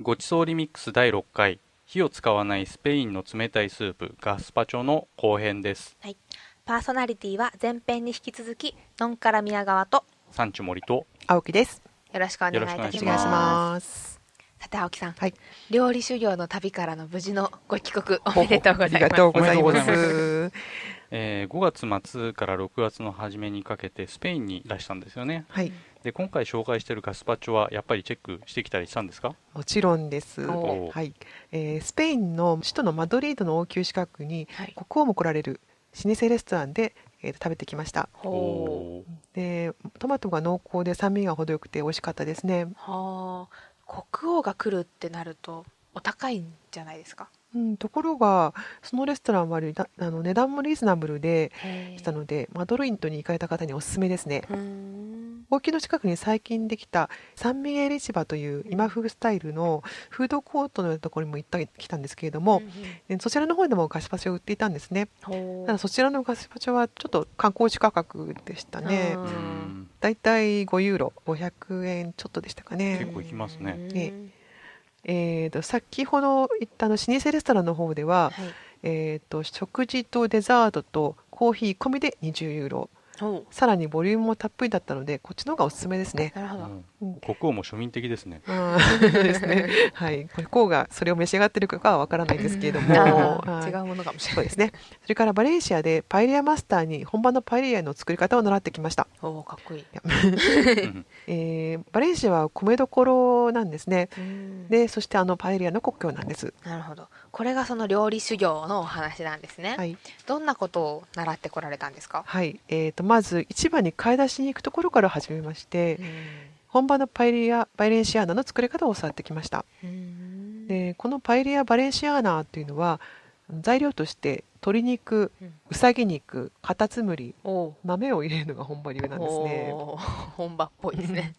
ごちそうリミックス第6回火を使わないスペインの冷たいスープガスパチョの後編ですはい、パーソナリティは前編に引き続きのんから宮川とサンチュ森と青木です。よろしくお願いいよたろしくお願まいすします。さて青木さん、はい料理修行の旅からの無事のご帰国おめでとうございますありがとうございまおめでとうす。えー5月末から6月の初めにかけてスペインにいらしたんですよねはい、で今回紹介しているガスパチョはやっぱりチェックしてきたりしたんですかもちろんです。おーはい、えースペインの首都のマドリードの王宮近くにはい国王も来られる老舗レストランで、えー食べてきました。ほうおーで、トマトが濃厚で酸味が程よくて美味しかったですね。はあ国王が来るってなるとお高いんじゃないですかうん、ところがそのレストランは割とあの値段もリーズナブルでへしたので、マドリードに行かれた方におすすめですね。うーん王宮の近くに最近できたサンミゲル市場という今風スタイルのフードコートのようなところにも行ったり来たんですけれども、でそちらの方でもガスパチョを売っていたんですねほただそちらのガスパチョはちょっと観光地価格でしたねううんんだいたい5ユーロ500円ちょっとでしたか結ね構行きますねええーと先ほど言ったあの老舗レストランの方では、はいえーと食事とデザートとコーヒー込みで20ユーロほさらにボリュームもたっぷりだったのでこっちの方がおすすめですねうなるほど、うん国王も庶民的 ですねあーそうですね。はい。これこうがそれを召し上がってるかはわからないですけれども、 あーはい違うものかもしれそなういですね。それからバレンシアでパエリアマスターに本場のパエリアの作り方を習ってきました。おーかっこいいうんえーバレンシアは米どころなんですね。うんで、そしてあのパエリアの国境なんです。なるほどこれがその料理修行のお話なんですね、はい。どんなことを習ってこられたんですか、はい。えっ、とまず市場に買い出しに行くところから始めまして、う本場のパエリアバレンシアーナの作り方を教わってきました。んで、このパエリアバレンシアーナというのは材料として鶏肉、うんうさぎ肉、カタツムリ、おう豆を入れるのが本場流なんですね。おー本場っぽいですね。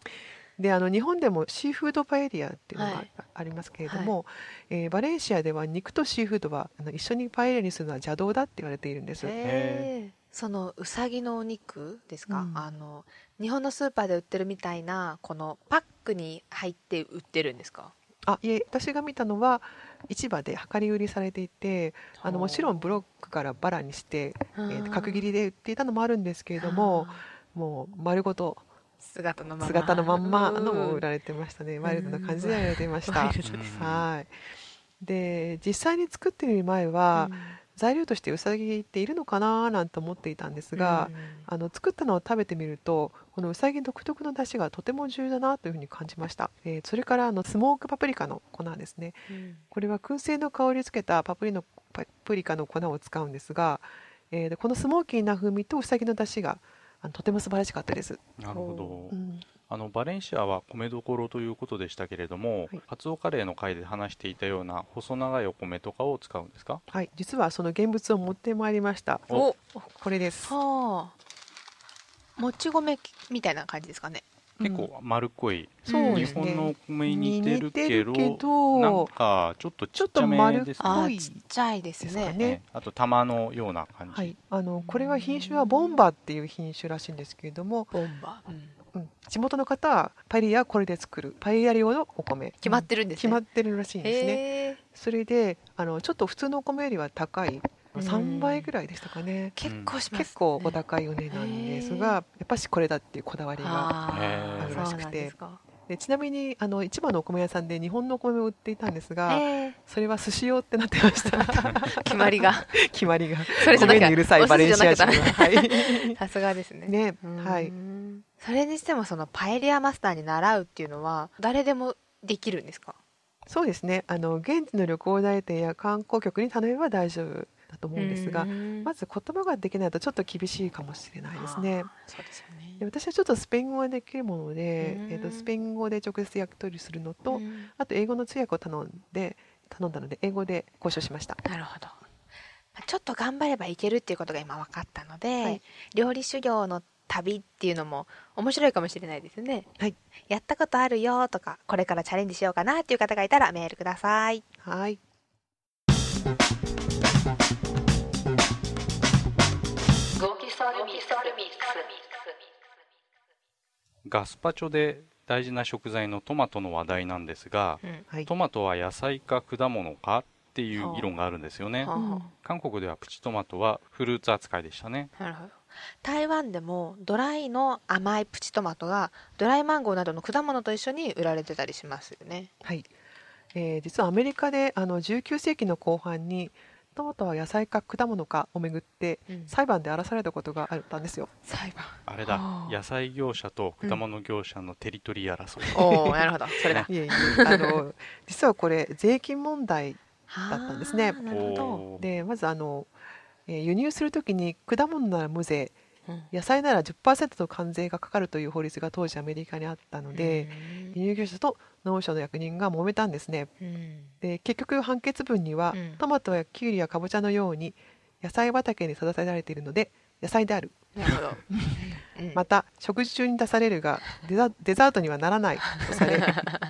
で、あの日本でもシーフードパエリアっていうのがはいあありますけれども、えーバレンシアでは肉とシーフードはあの一緒にパエリアにするのは邪道だって言われているんです。へーそのうさぎのお肉ですか、うんあの日本のスーパーで売ってるみたいなこのパックに入って売ってるんですかあ、いえ、私が見たのは市場で量り売りされていて、あのもちろんブロックからバラにして、ええー角切りりで売っていたのもあるんですけれども、もう丸ごと姿のまんま姿のまんまあのもうん売られてましたね。ワイルドな感じで売られていましたワイ。ルうドんですはい。で、実際に作っている前は、材料としてウサギっているのかなーなんて思っていたんですが、あの作ったのを食べてみるとこのウサギ独特の出汁がとても重要だなというふうに感じました、えーそれからあのスモークパプリカの粉ですねうんこれは燻製の香りをつけたパプリのパプリカの粉を使うんですが、えーでこのスモーキーな風味とウサギの出汁があのとても素晴らしかったです、なるほうどんあのバレンシアは米どころということでしたけれどもはいカツオカレーの回で話していたような細長いお米とかを使うんですかはい、実はその現物を持ってまいりましたおおこれですはあもち米みたいな感じですかね結構丸っこいそう日ですね本の米に似てるけど似てるけどなんかちょっとちちょっちっゃとめ丸ですっあこねいーちっちゃいですですかねねねあと玉のような感はじい、あのこれは品種はボンバーっていう品種らしいんですけれども、ボンバー、うんうん、地元の方はパエリアはこれで作るパエリア用のお米決まってるんです決ね、まってるらしいんですねへーそれであのちょっと普通のお米よりは高いうん3倍ぐらいでしたかね結構します、ね、結構お高いお値段ですがやっぱしこれだっていうこだわりがあーあるらしそくてうなんですかでちなみにあの市場のお米屋さんで日本のお米を売っていたんですが、えそれは寿司用ってなってましたー 決まりが 決まりがそれじゃなきゃ米にうるさいバレンシア人おは寿司じゃなは いさすがですね ねうーんはいそれにしてもそのパエリアマスターに習うっていうのは誰でもできるんですかそうですねあの現地の旅行代理店や観光局に頼めば大丈夫だと思うんですがうーんまず言葉ができないとちょっと厳しいかもしれないですあねー。そうですよねで私はちょっとスペイン語ができるものでう、んえー、とスペイン語で直接やり取りするのと、うんあと英語の通訳を頼んで頼んだので英語で交渉しました。なるほどまあちょっと頑張ればいけるっていうことが今分かったので、はい料理修行の旅っていうのも面白いかもしれないですね、はいやったことあるよとかこれからチャレンジしようかなっていう方がいたらメールくださいはい。ごきそうるミックス。ガスパチョで大事な食材のトマトの話題なんですがうんはいトマトは野菜か果物かっていう議論があるんですよねはあは韓国ではプチトマトはフルーツ扱いでしたねあなるほど台湾でもドライの甘いプチトマトがドライマンゴーなどの果物と一緒に売られてたりしますよね。はいえー実はアメリカであの19世紀の後半にトマトは野菜か果物かをめぐってうん裁判で争われたことがあったんですよ。裁判。あれだはあ野菜業者と果物業者のテリトリー争い、 おお、なるほど、それだ。いえいえあの実はこれ税金問題だったんですねなるほど。おーでまずあの、えー輸入するときに果物なら無税うん野菜なら10%の関税がかかるという法律が当時アメリカにあったので、うん輸入業者と農務省の役人が揉めたんですね。うんで結局判決文には、うんトマトやキュウリやかぼちゃのように野菜畑に育てられているので野菜であるなるほど。うんまた食事中に出されるがデ ザデザートにはならないとされ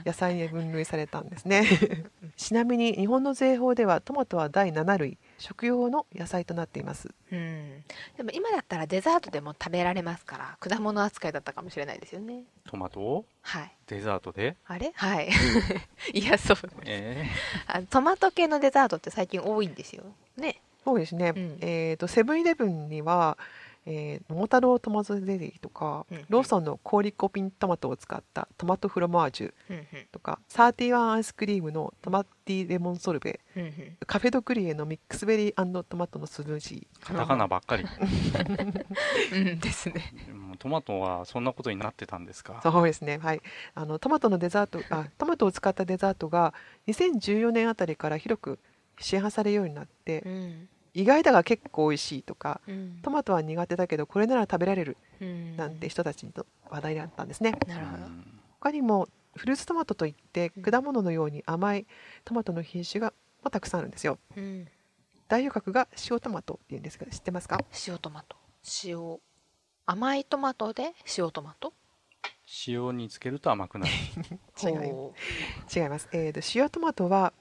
野菜に分類されたんですね ちなみに日本の税法ではトマトは第7類食用の野菜となっていますうん、でも今だったらデザートでも食べられますから果物扱いだったかもしれないですよねトマトをはいデザートであれはい いやそうえあトマト系のデザートって最近多いんですよねそうですね、うんえーとセブンイレブンには、えー桃太郎トマトゼリーとか、うんローソンの氷コピントマトを使ったトマトフロマージュうんうんとかサーティワンアイスクリームのトマティレモンソルベうんうんカフェドクリエのミックスベリートマトのスムージーカタカナばっかりうん ですねもうトマトはそんなことになってたんですかーそうですねはいあのトマトのデザートあトマトを使ったデザートが2014年あたりから広く市販されるようになって、うん意外だが結構美味しいとかうんトマトは苦手だけどこれなら食べられるうんなんて人たちの話題だったんですねなるほどうん他にもフルーツトマトといってうん果物のように甘いトマトの品種がまあたくさんあるんですようん代表格が塩トマトっていうんですが知ってますか塩トマト塩甘いトマトで塩トマト塩につけると甘く なる違いほ違います、えーと塩トマトは、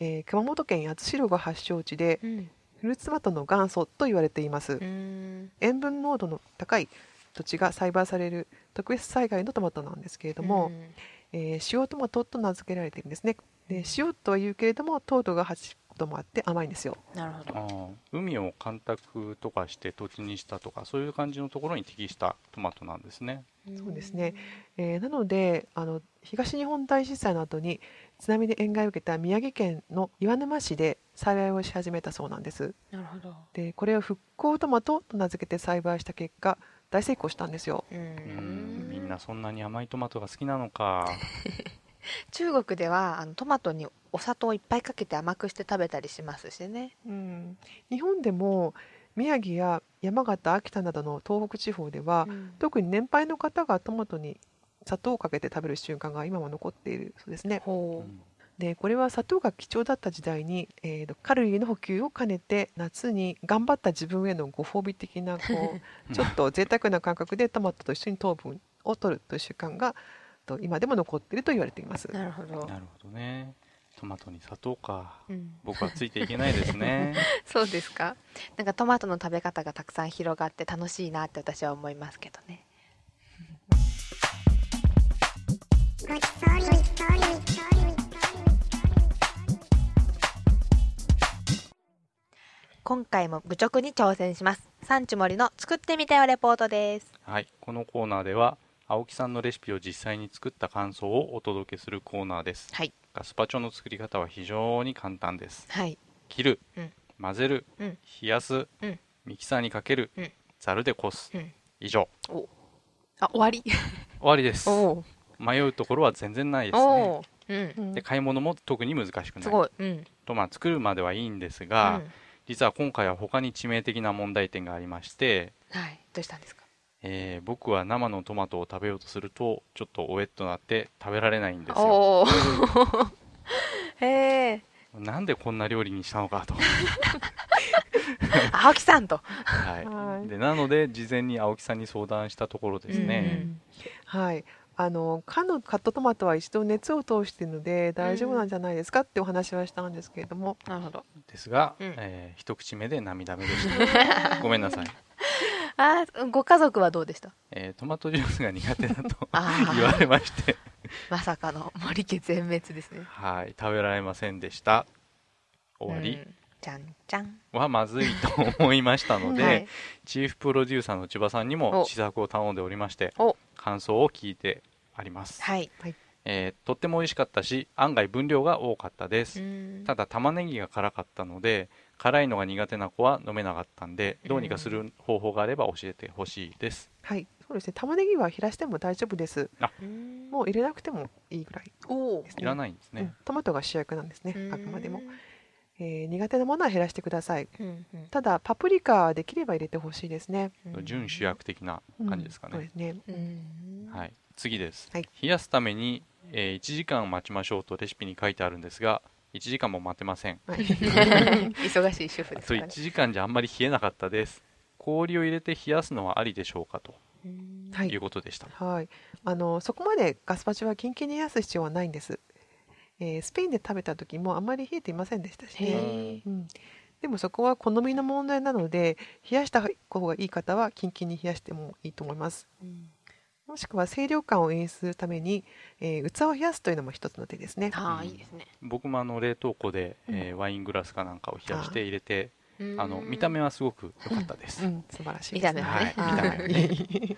えー熊本県八代が発祥地でううんフルーツトマトの元祖と言われています、うん塩分濃度の高い土地が栽培される特別災害のトマトなんですけれども、うんえー塩トマトと名付けられているんですねで塩とは言うけれども糖度が8度もあって甘いんですよなるほどあー海を干拓とかして土地にしたとかそういう感じのところに適したトマトなんですねそうですねえーなのであの東日本大震災の後に津波で塩害を受けた宮城県の岩沼市で栽培をし始めたそうなんですうんなるほどでこれを復興トマトと名付けて栽培した結果大成功したんですよううんんみんなそんなに甘いトマトが好きなのか中国ではあのトマトにお砂糖をいっぱいかけて甘くして食べたりしますしね日本でも宮城や山形秋田などの東北地方では、特に年配の方がトマトに砂糖をかけて食べる習慣が今も残っているそうですねほうんでこれは砂糖が貴重だった時代に、えーとカロリーの補給を兼ねて夏に頑張った自分へのご褒美的なこうちょっと贅沢な感覚でトマトと一緒に糖分を取るという習慣がと今でも残っていると言われていますう。なるほど、なるほどねトマトに砂糖かうん、僕はついていけないです ねそうですかなんかトマトの食べ方がたくさん広がって楽しいなって私は思いますけどね今回も愚直に挑戦します産地森の作ってみたよレポートですはいこのコーナーでは青木さんのレシピを実際に作った感想をお届けするコーナーですはいガスパチョの作り方は非常に簡単ですはい切る、うん混ぜる、うん冷やす、うんミキサーにかける、うんざるでこす、うん以上おあ終わり終わりですお迷うところは全然ないですねおーうんで買い物も特に難しくすないごいうんとまあ作るまではいいんですが、うん実は今回は他に致命的な問題点がありまして、はいどうしたんですかえー僕は生のトマトを食べようとするとちょっとおえっとなって食べられないんですよおお へえなんでこんな料理にしたのか と、青木さんとはいはいでなので事前に青木さんに相談したところですね、はいあの缶のカットトマトは一度熱を通しているので大丈夫なんじゃないですかってお話はしたんですけれども、なるほどですが、うん えー一口目で涙目でしたごめんなさいあーご家族はどうでしたえートマトジュースが苦手だと あ言わあれまして、まさかの森家全滅ですねはい、食べられませんでした。終わうりんじゃんじゃんはまずいと思いましたので、はいチーフプロデューサーの千葉さんにおも試作を頼んでおりましてお感想を聞いてあります、はいえーとっても美味しかったし案外分量が多かったです、うんただ玉ねぎが辛かったので辛いのが苦手な子は飲めなかったんでうんどうにかする方法があれば教えてほしいです、はい、そうですね。玉ねぎは減らしても大丈夫です。うんもう入れなくてもいいぐらいおでーすね。いらないんですね、うんトマトが主役なんですね。あくまでも、えー苦手なものは減らしてください。うんうんただパプリカはできれば入れてほしいですね。うん準主役的な感じですかうんそうねで、すね。うんはい、次です、はい冷やすために、え1時間待ちましょうとレシピに書いてあるんですが1時間も待てません はい 忙しい主あ婦ですとか1らね時間じゃあんまり冷えなかったです氷を入れて冷やすのはありでしょうかとうんはいいうことでした、はい、あのそこまでガスパチョはキンキンに冷やす必要はないんです、えースペインで食べた時もあんまり冷えていませんでしたしへうね、ーんうん、でもそこは好みの問題なので冷やした方がいい方はキンキンに冷やしてもいいと思いますうんもしくは清涼感を演出するために、えー器を冷やすというのも一つの手ですねああいいですね僕もあの冷凍庫で、えーワイングラスかなんかを冷やして入れて、あの見た目はすごく良かったです、うん、素晴らしい見でたす目ねはねはい見た目はね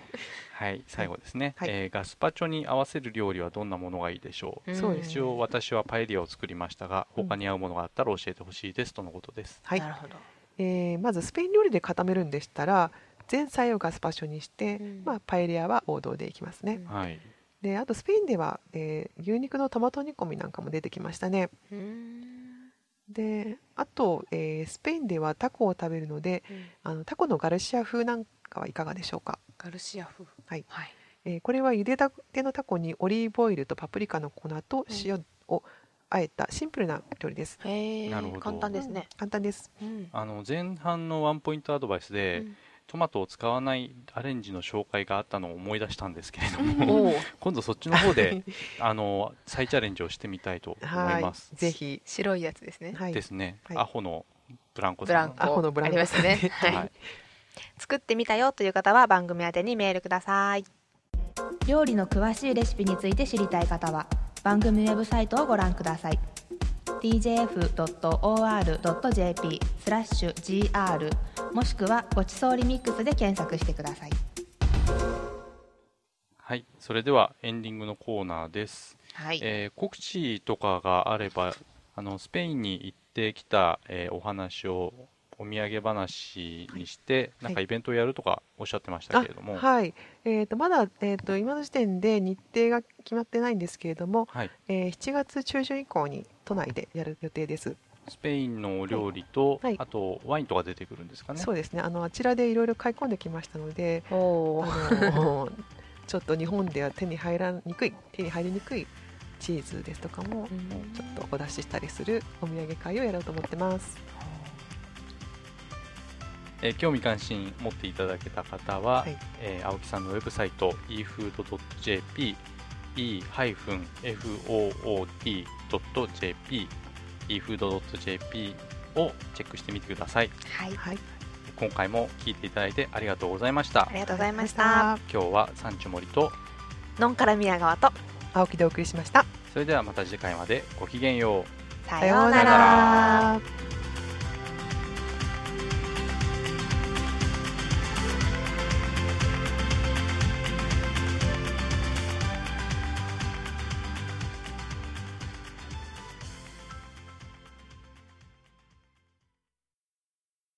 はい最後ですね、はいえーガスパチョに合わせる料理はどんなものがいいでしょう、うんそうです一応私はパエリアを作りましたがうん他に合うものがあったら教えてほしいですとのことです、 はいなるほどえーまずスペイン料理で固めるんでしたら前菜をガスパチョにして、うんまあ、パエリアは王道でいきますうね、んはいであとスペインでは、えー牛肉のトマト煮込みなんかも出てきましたねうんであと、えースペインではタコを食べるのであのタコのガルシア風なんかはいかがでしょうか、ガルシア風はいはいえーこれは茹でたてのタコにオリーブオイルとパプリカの粉と塩をあえたシンプルな料理です、へえなるほど簡単ですねうん簡単ですうんあの前半のワンポイントアドバイスで、トマトを使わないアレンジの紹介があったのを思い出したんですけれどうも、んおお 今度そっちの方であの再チャレンジをしてみたいと思いはます。いぜひ、白いやつですねはいですね、はいアホのブランコブさラんン。コあこのブランコありますね はい、はい作ってみたよという方は番組宛てにメールください料理の詳しいレシピについて知りたい方は番組ウェブサイトをご覧ください tjf.or.jp スラッシュ gr もしくはごちそうリミックスで検索してくださいはいそれではエンディングのコーナーです。はいえー告知とかがあればあのスペインに行ってきた、えーお話をお土産話にして、いなんかイベントをやるとかおっしゃってましたあけれども、はい、はい、えー、とまだ、えー、と今の時点で日程が決まってないんですけれども、えー7月中旬以降に都内でやる予定です。スペインのお料理と、はいあとワインとか出てくるんですかね。そうですね。あのあちらでいろいろ買い込んできましたので、おあおのちょっと日本では手に入らにくい手に入りにくいチーズですとかもちょっとお出ししたりするお土産会をやろうと思ってます。えー興味関心持っていただけた方は、はいえー青木さんのウェブサイト efood.jp e-food.jp efood.jp をチェックしてみてくださいはいはい、今回も聞いていただいてありがとうございましたありがとうございました。今日はサンチュモリとのんから宮川と青木でお送りしました。それではまた次回までごきげんようささよよううならなら。